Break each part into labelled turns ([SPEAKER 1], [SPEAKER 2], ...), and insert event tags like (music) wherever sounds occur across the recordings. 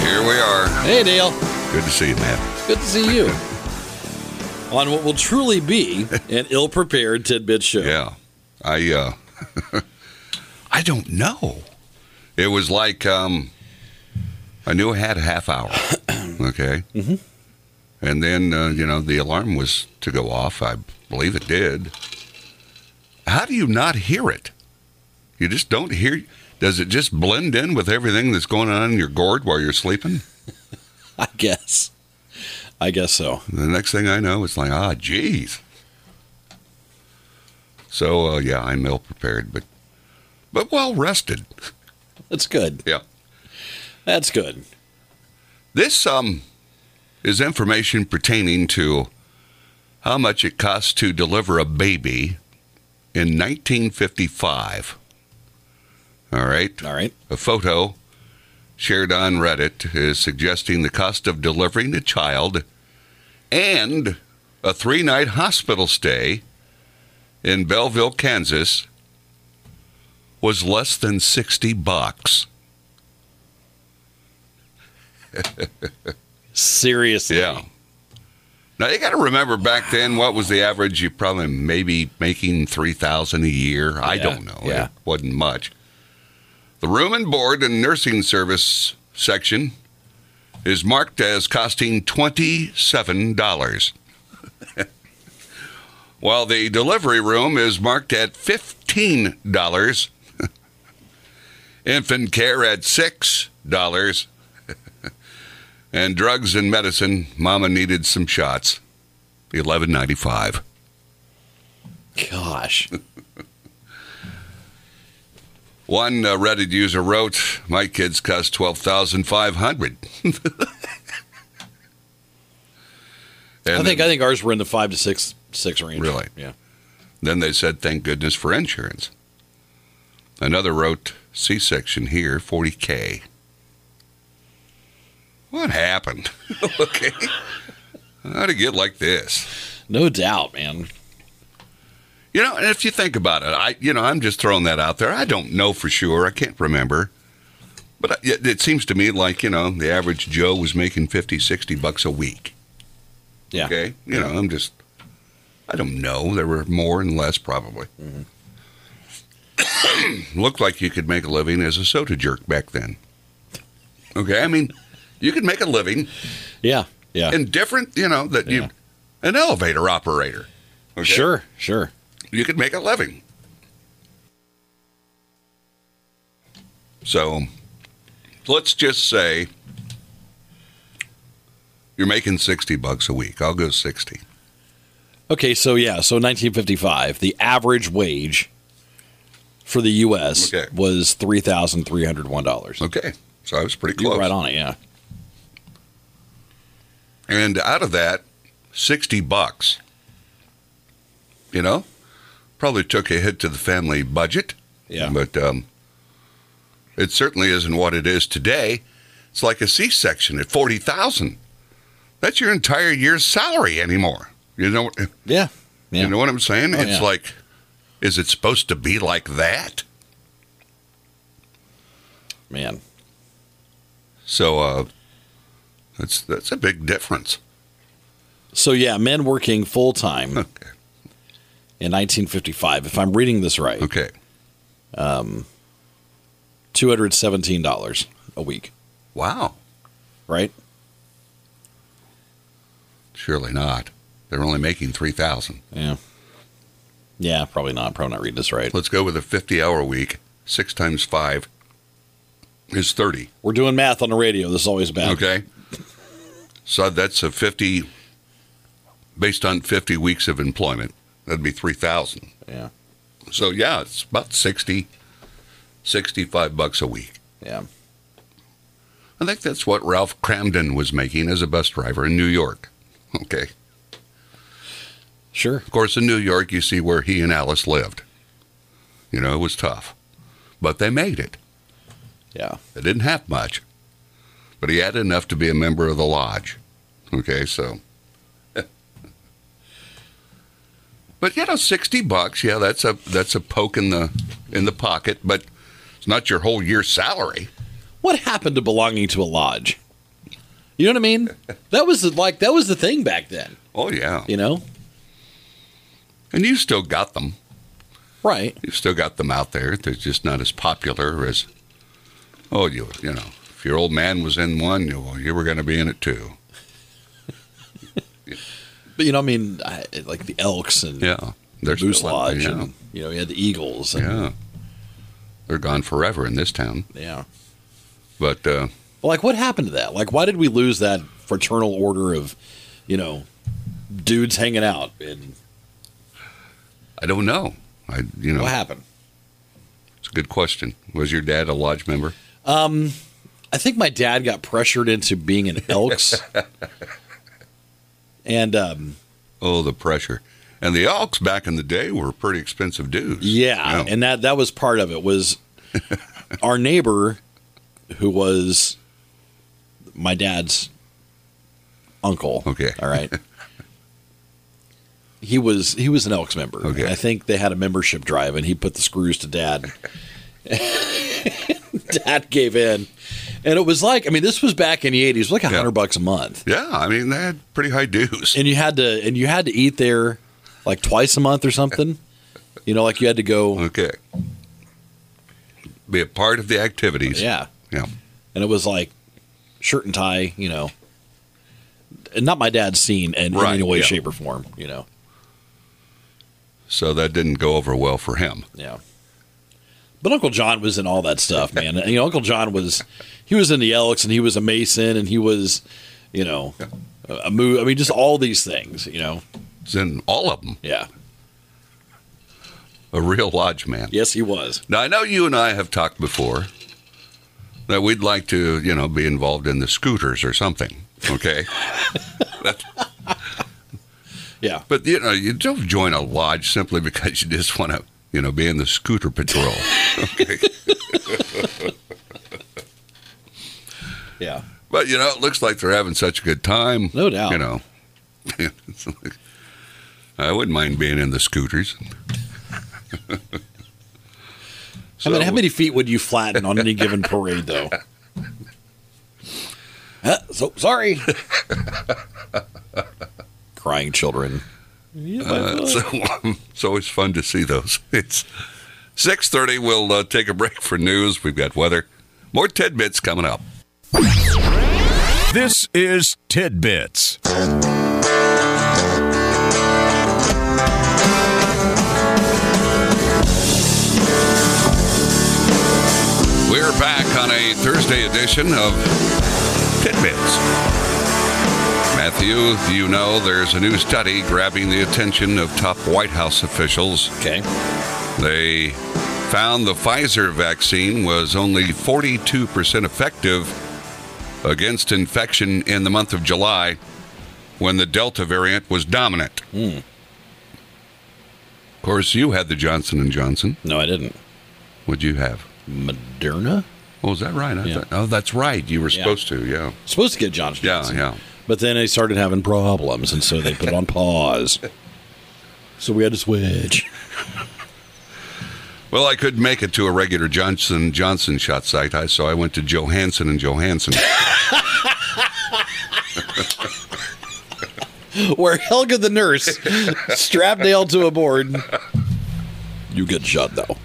[SPEAKER 1] Here we are.
[SPEAKER 2] Hey, Dale.
[SPEAKER 3] Good to see you, Matt.
[SPEAKER 2] Good to see you. On what will truly be
[SPEAKER 3] (laughs)
[SPEAKER 2] an ill prepared tidbit show.
[SPEAKER 3] Yeah, I uh, (laughs) I don't know. It was like um, I knew I had a half (clears throat) hour. Okay. Mm-hmm. And then uh, you know the alarm was to go off. I believe it did. How do you not hear it? You just don't hear. Does it just blend in with everything that's going on in your gourd while you're sleeping?
[SPEAKER 2] I guess. I guess so.
[SPEAKER 3] The next thing I know, it's like, ah, geez. So uh, yeah, I'm ill prepared, but but well rested.
[SPEAKER 2] That's good.
[SPEAKER 3] Yeah.
[SPEAKER 2] That's good.
[SPEAKER 3] This um is information pertaining to how much it costs to deliver a baby in 1955. All right.
[SPEAKER 2] All right.
[SPEAKER 3] A photo shared on Reddit is suggesting the cost of delivering a child and a three night hospital stay in Belleville, Kansas was less than 60 bucks.
[SPEAKER 2] Seriously.
[SPEAKER 3] Yeah. Now you got to remember back then what was the average you probably maybe making 3000 a year. I
[SPEAKER 2] Yeah,
[SPEAKER 3] don't know.
[SPEAKER 2] yeah.
[SPEAKER 3] It wasn't much. The room and board and nursing service section is marked as costing $27. (laughs) While the delivery room is marked at $15. (laughs) Infant care at $6 and drugs and medicine. Mama needed some shots. Eleven ninety five.
[SPEAKER 2] Gosh.
[SPEAKER 3] One uh, Reddit user wrote, "My kids cost twelve thousand five hundred. (laughs)
[SPEAKER 2] I think I think ours were in the five to six six range.
[SPEAKER 3] Really?
[SPEAKER 2] Yeah.
[SPEAKER 3] Then they said, "Thank goodness for insurance." Another wrote, "C section here, forty k." What happened? (laughs) okay, how'd it get like this?
[SPEAKER 2] No doubt, man.
[SPEAKER 3] You know, and if you think about it, I you know I'm just throwing that out there. I don't know for sure. I can't remember, but I- it, it seems to me like you know the average Joe was making 50, 60 bucks a week.
[SPEAKER 2] Yeah.
[SPEAKER 3] Okay, you know I'm just I don't know. There were more and less probably. (coughs)
[SPEAKER 2] Mm-hmm.
[SPEAKER 3] Looked like you could make a living as a soda jerk back then. Okay, I mean you could make a living
[SPEAKER 2] Yeah. Yeah.
[SPEAKER 3] in different you know that
[SPEAKER 2] Yeah.
[SPEAKER 3] you an elevator operator. Okay?
[SPEAKER 2] Sure. Sure.
[SPEAKER 3] you could make a living. So let's just say you're making 60 bucks a week. I'll go 60.
[SPEAKER 2] Okay, so yeah, so 1955, the average wage for the U.S.
[SPEAKER 3] Okay.
[SPEAKER 2] was three thousand three hundred one dollars.
[SPEAKER 3] Okay. So I was pretty
[SPEAKER 2] You're
[SPEAKER 3] close.
[SPEAKER 2] right on it. Yeah.
[SPEAKER 3] And out of that, 60 bucks, you know, probably took a hit to the family budget.
[SPEAKER 2] Yeah.
[SPEAKER 3] But um, it certainly isn't what it is today. It's like a C section at 40,000. That's your entire year's salary anymore. You know,
[SPEAKER 2] Yeah. Yeah.
[SPEAKER 3] you know what I'm saying?
[SPEAKER 2] Oh,
[SPEAKER 3] it's
[SPEAKER 2] yeah.
[SPEAKER 3] like, is it supposed to be like that?
[SPEAKER 2] Man.
[SPEAKER 3] So uh, that's that's a big difference.
[SPEAKER 2] So yeah, men working full time
[SPEAKER 3] Okay.
[SPEAKER 2] in 1955, if I'm reading this right,
[SPEAKER 3] Okay.
[SPEAKER 2] two hundred seventeen dollars a week,
[SPEAKER 3] Wow.
[SPEAKER 2] right?
[SPEAKER 3] Surely not. They're only making 3,000.
[SPEAKER 2] Yeah. Yeah, probably not. Probably not reading this right.
[SPEAKER 3] Let's go with a 50 hour week. Six times five is 30.
[SPEAKER 2] We're doing math on the radio. This is always bad.
[SPEAKER 3] Okay. So that's a 50, based on 50 weeks of employment, that'd be 3,000.
[SPEAKER 2] Yeah.
[SPEAKER 3] So yeah, it's about 60, 65 bucks a week.
[SPEAKER 2] Yeah.
[SPEAKER 3] I think that's what Ralph Cramden was making as a bus driver in New York. Okay.
[SPEAKER 2] Sure.
[SPEAKER 3] Of course, in New York, you see where he and Alice lived. You know, it was tough, but they made it.
[SPEAKER 2] Yeah.
[SPEAKER 3] They didn't have much, but he had enough to be a member of the lodge. Okay, so. (laughs) but you know, sixty bucks. Yeah, that's a that's a poke in the in the pocket, but it's not your whole year's salary.
[SPEAKER 2] What happened to belonging to a lodge? You know what
[SPEAKER 3] (laughs)
[SPEAKER 2] I mean? That was the, like that was the thing back then.
[SPEAKER 3] Oh yeah,
[SPEAKER 2] You know,
[SPEAKER 3] and you still got them.
[SPEAKER 2] right?
[SPEAKER 3] You've still got them out there. They're just not as popular as, oh, you you know, if your old man was in one, you, well, you were going to be in it too.
[SPEAKER 2] But you know, I mean, I, like the Elks and
[SPEAKER 3] Yeah,
[SPEAKER 2] the
[SPEAKER 3] they're
[SPEAKER 2] Moose
[SPEAKER 3] still out
[SPEAKER 2] Lodge,
[SPEAKER 3] there,
[SPEAKER 2] and you know, you had the Eagles.
[SPEAKER 3] yeah,
[SPEAKER 2] And,
[SPEAKER 3] yeah. They're gone forever in this town.
[SPEAKER 2] yeah.
[SPEAKER 3] But uh,
[SPEAKER 2] But, Like, what happened to that? Like, why did we lose that fraternal order of, you know, dudes hanging out? And
[SPEAKER 3] I don't know. I you know,
[SPEAKER 2] what happened?
[SPEAKER 3] it's a good question. Was your dad a lodge member?
[SPEAKER 2] Um, I think my dad got pressured into being an Elks. and um,
[SPEAKER 3] Oh, the pressure. And the Elks back in the day were pretty expensive dudes.
[SPEAKER 2] yeah,
[SPEAKER 3] Yeah.
[SPEAKER 2] and that that was part of
[SPEAKER 3] (laughs)
[SPEAKER 2] it was our neighbor who was my dad's uncle.
[SPEAKER 3] Okay. (laughs)
[SPEAKER 2] All right. He was he was an Elks member.
[SPEAKER 3] Okay.
[SPEAKER 2] I think they had a membership drive and he put the screws
[SPEAKER 3] (laughs)
[SPEAKER 2] to dad. (laughs) dad gave in. And it was like I mean, this was back in the eighties, like a
[SPEAKER 3] Yeah.
[SPEAKER 2] hundred bucks a month.
[SPEAKER 3] Yeah, I mean they had pretty high dues.
[SPEAKER 2] and you had to and you had to eat there like twice a month or something. You know, like you had to go.
[SPEAKER 3] Okay. Be a part of the activities.
[SPEAKER 2] Yeah,
[SPEAKER 3] Yeah.
[SPEAKER 2] and it was like shirt and tie. You know, and not my dad's scene in, in
[SPEAKER 3] Right,
[SPEAKER 2] any way,
[SPEAKER 3] yeah.
[SPEAKER 2] shape, or form. You know,
[SPEAKER 3] So that didn't go over well for him.
[SPEAKER 2] yeah. But Uncle John was in all that stuff, man. And, you know, Uncle John was he was in the Elks and he was a Mason and he was, you know, a, a move. I mean, just all these things. You know,
[SPEAKER 3] It's in all of them.
[SPEAKER 2] yeah.
[SPEAKER 3] A real lodge man.
[SPEAKER 2] Yes, he was.
[SPEAKER 3] Now I know you and I have talked before that we'd like to, you know, be involved in the scooters or something.
[SPEAKER 2] (laughs)
[SPEAKER 3] Okay.
[SPEAKER 2] Yeah.
[SPEAKER 3] But you know, you don't join a lodge simply because you just want to, you know, be in the scooter
[SPEAKER 2] (laughs)
[SPEAKER 3] patrol. Okay.
[SPEAKER 2] Yeah.
[SPEAKER 3] but you know, it looks like they're having such a good time.
[SPEAKER 2] No doubt.
[SPEAKER 3] You know, (laughs) It's like- I wouldn't mind being in the scooters.
[SPEAKER 2] I mean, how
[SPEAKER 3] So-
[SPEAKER 2] many feet would you flatten on any given parade, though?
[SPEAKER 3] (laughs)
[SPEAKER 2] Huh? so
[SPEAKER 3] (laughs)
[SPEAKER 2] sorry. Crying children.
[SPEAKER 3] Uh, so um, it's always fun to see those. (laughs) It's six thirty. We'll uh, take a break for news. We've got weather, more tidbits coming up.
[SPEAKER 4] This is Tidbits.
[SPEAKER 3] We're back on a Thursday edition of Tidbits. Matthew, you know there's a new study grabbing the attention of top White House officials.
[SPEAKER 2] Okay.
[SPEAKER 3] They found the Pfizer vaccine was only 42% effective against infection in the month of July when the Delta variant was dominant. Of course, you had the Johnson and Johnson.
[SPEAKER 2] No, I didn't.
[SPEAKER 3] What'd you have?
[SPEAKER 2] Moderna?
[SPEAKER 3] Oh, is that right? I
[SPEAKER 2] Yeah.
[SPEAKER 3] thought, oh, that's right. You were
[SPEAKER 2] Yeah.
[SPEAKER 3] supposed to. Yeah.
[SPEAKER 2] Supposed to get Johnson.
[SPEAKER 3] Yeah.
[SPEAKER 2] Johnson.
[SPEAKER 3] Yeah.
[SPEAKER 2] But then they started having problems, and so they put it on pause. So we had to switch. (laughs)
[SPEAKER 3] Well, I couldn't make it to a regular Johnson Johnson shot site, I- so I went to Johansson and
[SPEAKER 2] (laughs)
[SPEAKER 3] Johansson.
[SPEAKER 2] Where Helga the nurse strapped Dale to a board. You get shot, though.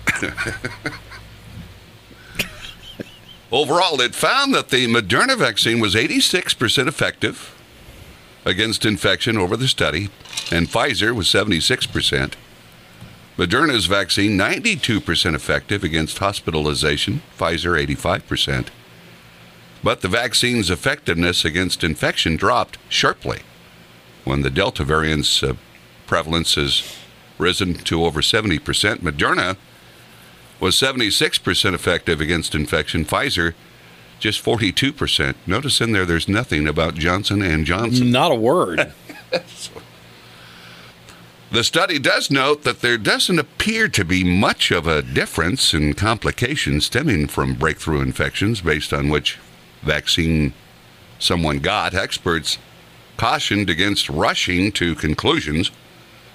[SPEAKER 3] Overall, it found that the Moderna vaccine was 86% effective against infection over the study, and Pfizer was 76%. Moderna's vaccine 92% effective against hospitalization, Pfizer 85%. But the vaccine's effectiveness against infection dropped sharply when the Delta variant's uh, prevalence has risen to over 70%. Moderna was 76% effective against infection. Pfizer, just 42%. Notice in there, there's nothing about Johnson and Johnson.
[SPEAKER 2] Not a word.
[SPEAKER 3] The study does note that there doesn't appear to be much of a difference in complications stemming from breakthrough infections based on which vaccine someone got. Experts cautioned against rushing to conclusions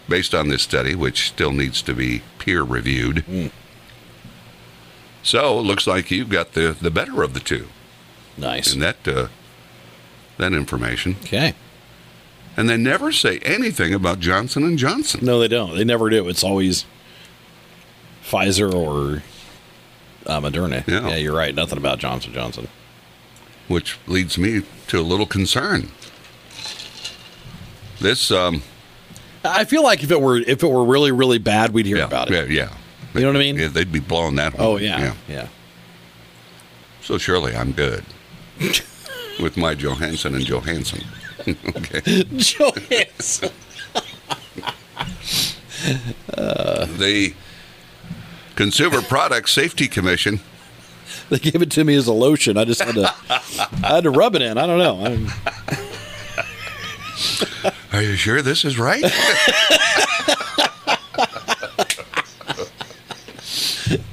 [SPEAKER 3] based on this study, which still needs to be peer reviewed. So it looks like you've got the, the better of the two
[SPEAKER 2] Nice.
[SPEAKER 3] in that uh, that information.
[SPEAKER 2] Okay.
[SPEAKER 3] And they never say anything about Johnson and Johnson.
[SPEAKER 2] No, they don't. They never do. It's always Pfizer or uh, Moderna.
[SPEAKER 3] Yeah.
[SPEAKER 2] yeah, you're right. Nothing about Johnson Johnson.
[SPEAKER 3] which leads me to a little concern. This, um,
[SPEAKER 2] I feel like if it were if it were really really bad, we'd hear
[SPEAKER 3] yeah,
[SPEAKER 2] about
[SPEAKER 3] yeah,
[SPEAKER 2] it.
[SPEAKER 3] yeah,
[SPEAKER 2] You know what I mean?
[SPEAKER 3] yeah, they'd be blowing that. one.
[SPEAKER 2] Oh yeah, yeah.
[SPEAKER 3] So surely I'm
[SPEAKER 2] (laughs)
[SPEAKER 3] good with my Johansson and Johansson. okay,
[SPEAKER 2] Johansson.
[SPEAKER 3] the Consumer Product Safety Commission.
[SPEAKER 2] (laughs) They gave it to me as a lotion. I just had to I had to rub it in. I don't know. I'm,
[SPEAKER 3] Are you sure this is
[SPEAKER 2] (laughs)
[SPEAKER 3] right? (laughs)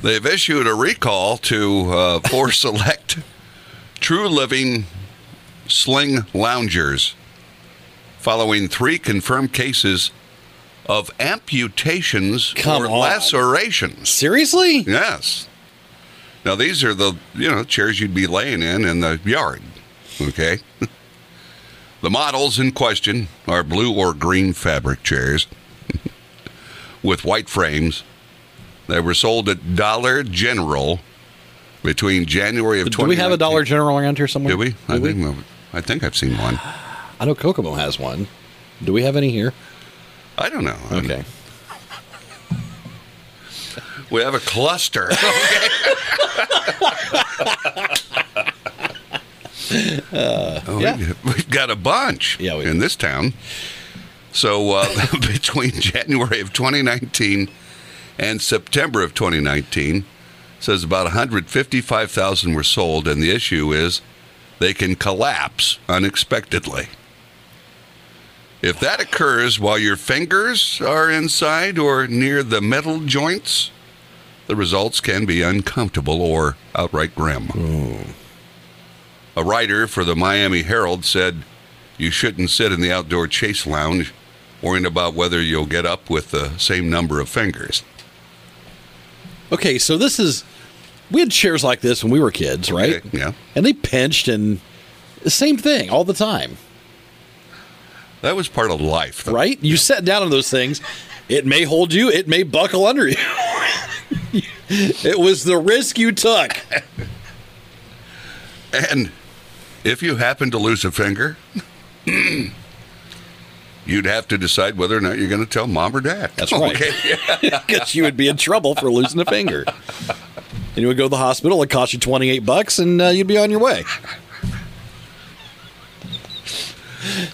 [SPEAKER 3] They've issued a recall to uh, four select True Living Sling Loungers following three confirmed cases of amputations
[SPEAKER 2] Come
[SPEAKER 3] or
[SPEAKER 2] on.
[SPEAKER 3] lacerations.
[SPEAKER 2] seriously?
[SPEAKER 3] Yes. Now these are the you know chairs you'd be laying in in the yard. Okay. (laughs) the models in question are blue or green fabric chairs (laughs) with white frames. They were sold at Dollar General between January of
[SPEAKER 2] Do we have a Dollar General around here somewhere?
[SPEAKER 3] Do we? I
[SPEAKER 2] Do we?
[SPEAKER 3] think I think I've seen one.
[SPEAKER 2] I know Kokomo has one. Do we have any here?
[SPEAKER 3] I don't know.
[SPEAKER 2] Okay.
[SPEAKER 3] We have a
[SPEAKER 2] (laughs)
[SPEAKER 3] cluster. Oh,
[SPEAKER 2] Uh, yeah.
[SPEAKER 3] we- We've got a bunch
[SPEAKER 2] Yeah, we
[SPEAKER 3] in
[SPEAKER 2] do.
[SPEAKER 3] this town. So uh, (laughs) between January of 2019 and September of 2019, says about 155,000 were sold, and the issue is they can collapse unexpectedly. If that occurs while your fingers are inside or near the metal joints, the results can be uncomfortable or outright grim.
[SPEAKER 2] Hmm.
[SPEAKER 3] A writer for the Miami Herald said, You shouldn't sit in the outdoor chase lounge worrying about whether you'll get up with the same number of fingers.
[SPEAKER 2] Okay, so this is we had chairs like this when we were kids, right?
[SPEAKER 3] Okay, yeah.
[SPEAKER 2] And they pinched and same thing all the time,
[SPEAKER 3] That was part of life, though.
[SPEAKER 2] right? You sat down on those things, it may hold you, it may buckle under you. (laughs) it was the risk you took.
[SPEAKER 3] And if you happen to lose a finger, (clears throat) you'd have to decide whether or not you're going to tell mom or dad. (laughs)
[SPEAKER 2] That's right. Because you would be in trouble for losing a finger. And you would go to the hospital, it cost you 28 bucks, and uh, you'd be on your way.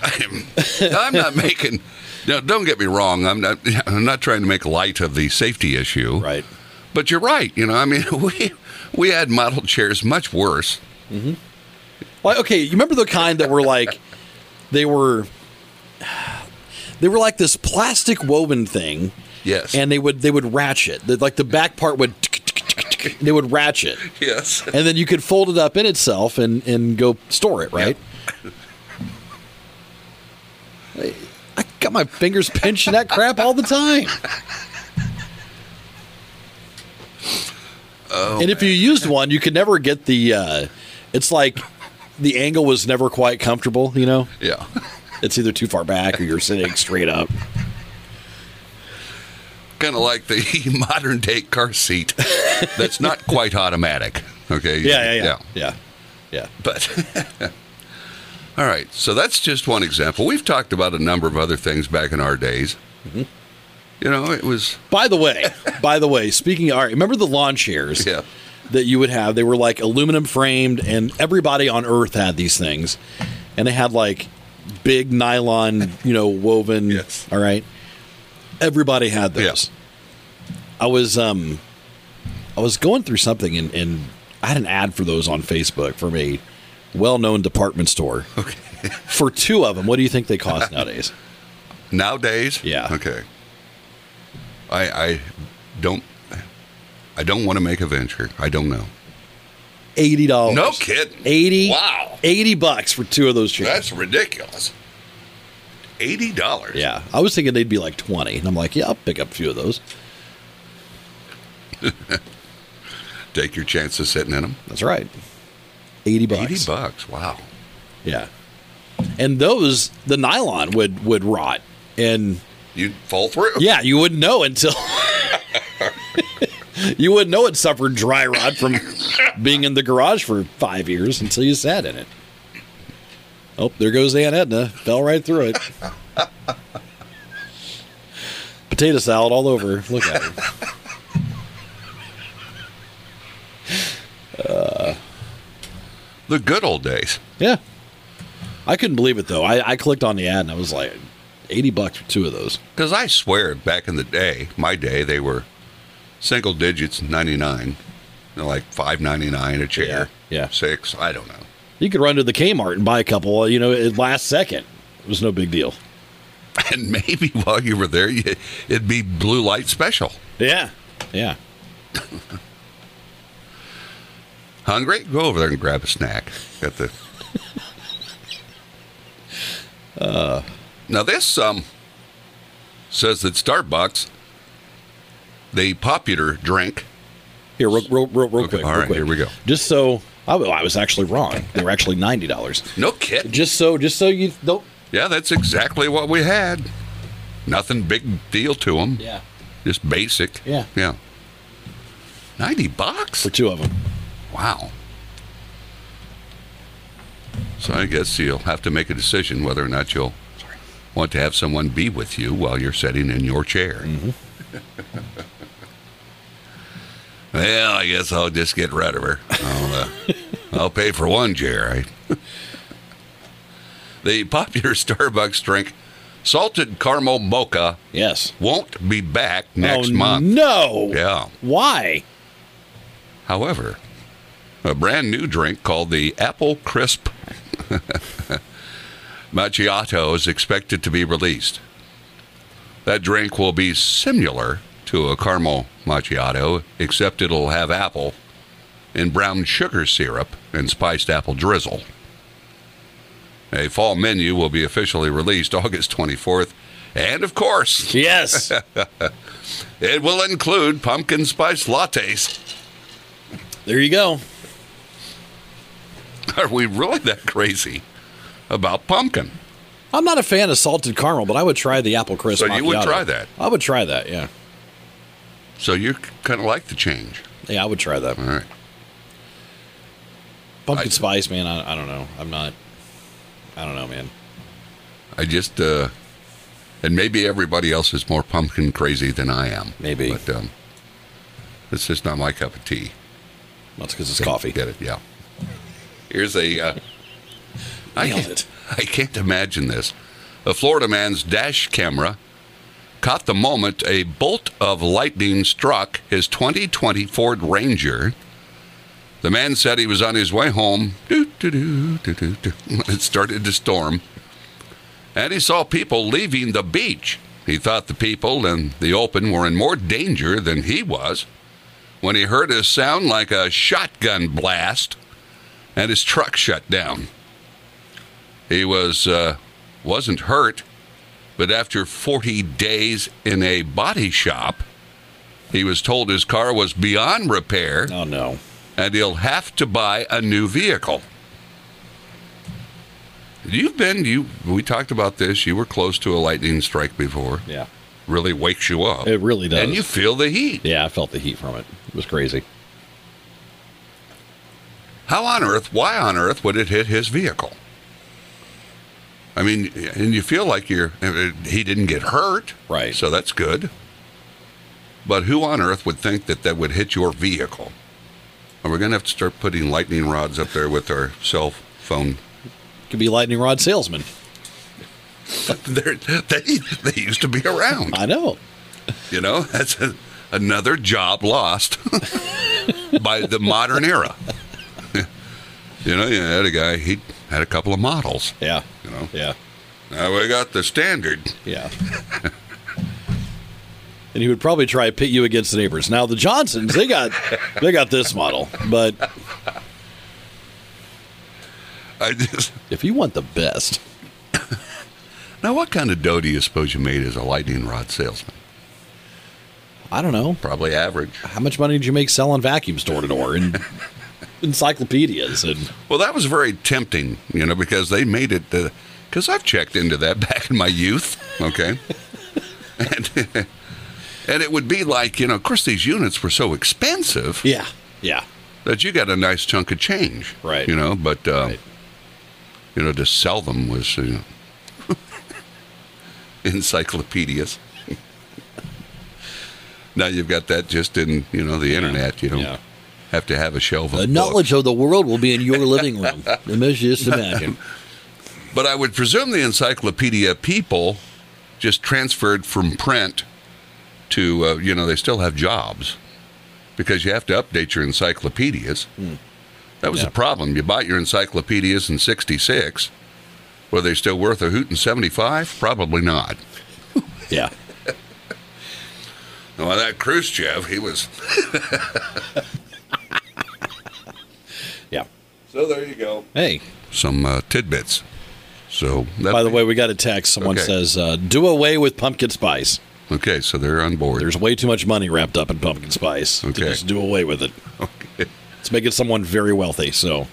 [SPEAKER 3] I'm, I'm not making. Now, don't get me wrong. I'm not. I'm not trying to make light of the safety issue.
[SPEAKER 2] Right.
[SPEAKER 3] But you're right. You know, I mean, (laughs) we we had model chairs much worse.
[SPEAKER 2] Like, okay, you remember the kind that were like, they were, they were like this plastic woven thing,
[SPEAKER 3] Yes.
[SPEAKER 2] and they would they would ratchet. They'd, like the back part would, they would ratchet,
[SPEAKER 3] yes.
[SPEAKER 2] and then you could fold it up in itself and and go store it. Right. I, I got my fingers pinching that crap all the time. and if you used one, you could never get the. Uh, it's like the angle was never quite comfortable. You know,
[SPEAKER 3] Yeah.
[SPEAKER 2] it's either too far back or you're sitting straight up.
[SPEAKER 3] kind of like the (laughs) modern day car seat. That's not quite automatic. Okay.
[SPEAKER 2] Yeah, yeah, yeah, yeah, yeah.
[SPEAKER 3] But (laughs) all right, so that's just one example. We've talked about a number of other things back in our days. You know, it was
[SPEAKER 2] By the way, (laughs) by the way, speaking. All right, remember the lawn chairs
[SPEAKER 3] Yeah.
[SPEAKER 2] that you would have? They were like aluminum framed, and everybody on Earth had these things, and they had like big nylon, you know,
[SPEAKER 3] (laughs)
[SPEAKER 2] woven.
[SPEAKER 3] Yes.
[SPEAKER 2] All right, everybody had those.
[SPEAKER 3] Yes.
[SPEAKER 2] I was um, I was going through something, and, and I had an ad for those on Facebook from a well-known
[SPEAKER 3] (laughs)
[SPEAKER 2] department store. Okay. For two of them, what do you think they cost nowadays?
[SPEAKER 3] nowadays.
[SPEAKER 2] Yeah.
[SPEAKER 3] Okay. I I don't I don't want to make a venture. I don't know.
[SPEAKER 2] Eighty dollars.
[SPEAKER 3] No kidding.
[SPEAKER 2] Oh, Eighty.
[SPEAKER 3] Wow.
[SPEAKER 2] 80 bucks for two of those chairs.
[SPEAKER 3] That's ridiculous. Eighty dollars.
[SPEAKER 2] yeah. I was thinking they'd be like 20. And I'm like, yeah, I'll pick up a few of those.
[SPEAKER 3] Take your chances sitting in them.
[SPEAKER 2] That's right. 80 bucks.
[SPEAKER 3] 80 bucks. Wow.
[SPEAKER 2] Yeah. And those the nylon would would rot and
[SPEAKER 3] You'd fall through.
[SPEAKER 2] yeah, you wouldn't know until (laughs) you wouldn't know it suffered dry rot from being in the garage for 5 years until you sat in it. Oh, there goes Aunt Edna. Fell right through (laughs) it. Potato salad all over. Look at her.
[SPEAKER 3] The good old days.
[SPEAKER 2] Yeah. I couldn't believe it though. I, I clicked on the ad and I was like, 80 bucks for two of those.
[SPEAKER 3] Because I swear back in the day, my day, they were single digits, 99. You know, like 5.99 a chair.
[SPEAKER 2] Yeah, yeah.
[SPEAKER 3] 6, I don't know.
[SPEAKER 2] You could run to the Kmart and buy a couple, you know, at last second. It was no big deal.
[SPEAKER 3] (laughs) And maybe while you were there, you, it'd be blue light special.
[SPEAKER 2] Yeah. Yeah.
[SPEAKER 3] Hungry? Go over there and grab a snack. Got the. (laughs) Uh, now this um says that Starbucks, the popular drink.
[SPEAKER 2] Here, real, real, real, real
[SPEAKER 3] Okay,
[SPEAKER 2] quick.
[SPEAKER 3] all
[SPEAKER 2] real
[SPEAKER 3] right,
[SPEAKER 2] quick.
[SPEAKER 3] here we go.
[SPEAKER 2] Just so I, I was actually wrong. They were actually ninety dollars.
[SPEAKER 3] No kid.
[SPEAKER 2] Just so, just so you don't.
[SPEAKER 3] Yeah, that's exactly what we had. Nothing big deal to them.
[SPEAKER 2] Yeah.
[SPEAKER 3] Just basic.
[SPEAKER 2] Yeah.
[SPEAKER 3] Yeah. Ninety bucks.
[SPEAKER 2] For two of them.
[SPEAKER 3] Wow. So I guess you'll have to make a decision whether or not you'll want to have someone be with you while you're sitting in your chair. (laughs) well, I guess I'll just get rid of her. I'll, uh, I'll pay for one chair. I... (laughs) the popular (laughs) Starbucks drink, salted caramel mocha,
[SPEAKER 2] Yes.
[SPEAKER 3] won't be back next
[SPEAKER 2] oh,
[SPEAKER 3] month.
[SPEAKER 2] No.
[SPEAKER 3] Yeah.
[SPEAKER 2] Why?
[SPEAKER 3] However, a brand new drink called the Apple Crisp (laughs) Macchiato is expected to be released. That drink will be similar to a caramel macchiato, except it'll have apple and brown sugar syrup and spiced apple drizzle. A fall menu will be officially released (laughs) August 24th, and of course,
[SPEAKER 2] Yes.
[SPEAKER 3] it will include pumpkin spice lattes.
[SPEAKER 2] (laughs) there you go.
[SPEAKER 3] (laughs) Are we really that crazy about pumpkin?
[SPEAKER 2] I'm not a fan of salted caramel, but I would try the apple crisp.
[SPEAKER 3] So you would
[SPEAKER 2] macchiato.
[SPEAKER 3] try that?
[SPEAKER 2] I would try that. Yeah.
[SPEAKER 3] So you kind of like the change.
[SPEAKER 2] Yeah, I would try that.
[SPEAKER 3] All right. Mm-hmm. I-
[SPEAKER 2] Pumpkin spice, man. I, I don't know. I'm not. I don't know, man.
[SPEAKER 3] I just, uh, and maybe everybody else is more pumpkin crazy than I am.
[SPEAKER 2] Maybe.
[SPEAKER 3] But um, it's just not my cup of tea.
[SPEAKER 2] That's because it's coffee.
[SPEAKER 3] Get it? Yeah. Here's a. (laughs) Uh, I
[SPEAKER 2] Nailed
[SPEAKER 3] can't-
[SPEAKER 2] it.
[SPEAKER 3] I can't imagine this. A Florida man's dash camera caught the moment a bolt of lightning struck his 2020 Ford Ranger. The man said he was on his way home. Doo, doo, doo, doo, doo, doo. (laughs) It started to storm. And he saw people leaving the beach. He thought the people in the open were in more danger than he was when he heard a sound like a shotgun blast and his truck shut down. He was uh, wasn't hurt, but after 40 days in a body shop, he was told his car was beyond repair
[SPEAKER 2] Oh no.
[SPEAKER 3] and he'll have to buy a new vehicle. You've been you we talked about this, you were close to a lightning strike before.
[SPEAKER 2] Yeah.
[SPEAKER 3] Really wakes you up.
[SPEAKER 2] It really does.
[SPEAKER 3] And you feel the heat.
[SPEAKER 2] Yeah, I felt the heat from it. It was crazy.
[SPEAKER 3] How on earth, why on earth would it hit his vehicle? I mean, and you feel like you're, uh, he didn't get hurt.
[SPEAKER 2] Right.
[SPEAKER 3] So that's good. But who on earth would think that that would hit your vehicle? Are we going to have to start putting lightning rods up there with our cell phone? (laughs)
[SPEAKER 2] Could be lightning rod salesman.
[SPEAKER 3] They're- they, they used to be around.
[SPEAKER 2] I know.
[SPEAKER 3] You know, that's a, another job lost (laughs) by the modern era. (laughs) you know, you had a guy, he had a couple of models.
[SPEAKER 2] Yeah.
[SPEAKER 3] You know?
[SPEAKER 2] Yeah.
[SPEAKER 3] Now we got the standard.
[SPEAKER 2] Yeah. (laughs) and he would probably try to pit you against the neighbors. Now the Johnsons, they got they got this model, but
[SPEAKER 3] I just
[SPEAKER 2] if you want the best,
[SPEAKER 3] now, what kind of dough do you suppose you made as a lightning rod salesman?
[SPEAKER 2] I don't know.
[SPEAKER 3] Probably average.
[SPEAKER 2] How much money did you make selling vacuums door to door and encyclopedias and
[SPEAKER 3] Well, that was very tempting, you know, because they made it. Because I've checked into that (laughs) back in my youth, okay, (laughs) and and it would be like you know, of course, these units were so expensive
[SPEAKER 2] yeah, yeah,
[SPEAKER 3] that you got a nice chunk of change,
[SPEAKER 2] Right.
[SPEAKER 3] You know, but uh,
[SPEAKER 2] Right.
[SPEAKER 3] you know, to sell them was you know, (laughs) encyclopedias. now you've got that just in you know the internet. You don't
[SPEAKER 2] yeah.
[SPEAKER 3] have to have a shelf of
[SPEAKER 2] The
[SPEAKER 3] books.
[SPEAKER 2] knowledge of the world will be in your living room.
[SPEAKER 3] (laughs)
[SPEAKER 2] The measure is imagine.
[SPEAKER 3] But I would presume the encyclopedia people just transferred from print to, uh, you know, they still have jobs because you have to update your encyclopedias. That was
[SPEAKER 2] Hmm.
[SPEAKER 3] the
[SPEAKER 2] Yeah.
[SPEAKER 3] problem. You bought your encycledias in 66. Were they still worth a hoot in 75? Probably not.
[SPEAKER 2] Yeah,
[SPEAKER 3] Well, that Khrushchev, he was. (laughs)
[SPEAKER 2] yeah.
[SPEAKER 3] So there you go.
[SPEAKER 2] Hey,
[SPEAKER 3] Some uh, tidbits. So that,
[SPEAKER 2] by the way, we got a text. Someone
[SPEAKER 3] Okay.
[SPEAKER 2] says, uh, "Do away with pumpkin spice.
[SPEAKER 3] okay, so they're on board.
[SPEAKER 2] There's way too much money wrapped up in pumpkin spice. To
[SPEAKER 3] Okay.
[SPEAKER 2] just do away with it.
[SPEAKER 3] okay.
[SPEAKER 2] It's making someone very wealthy." So,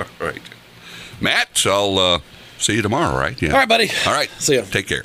[SPEAKER 3] All right. Matt, I'll uh, see you tomorrow, right? Yeah.
[SPEAKER 2] all right, buddy.
[SPEAKER 3] All right.
[SPEAKER 2] See ya.
[SPEAKER 3] Take care.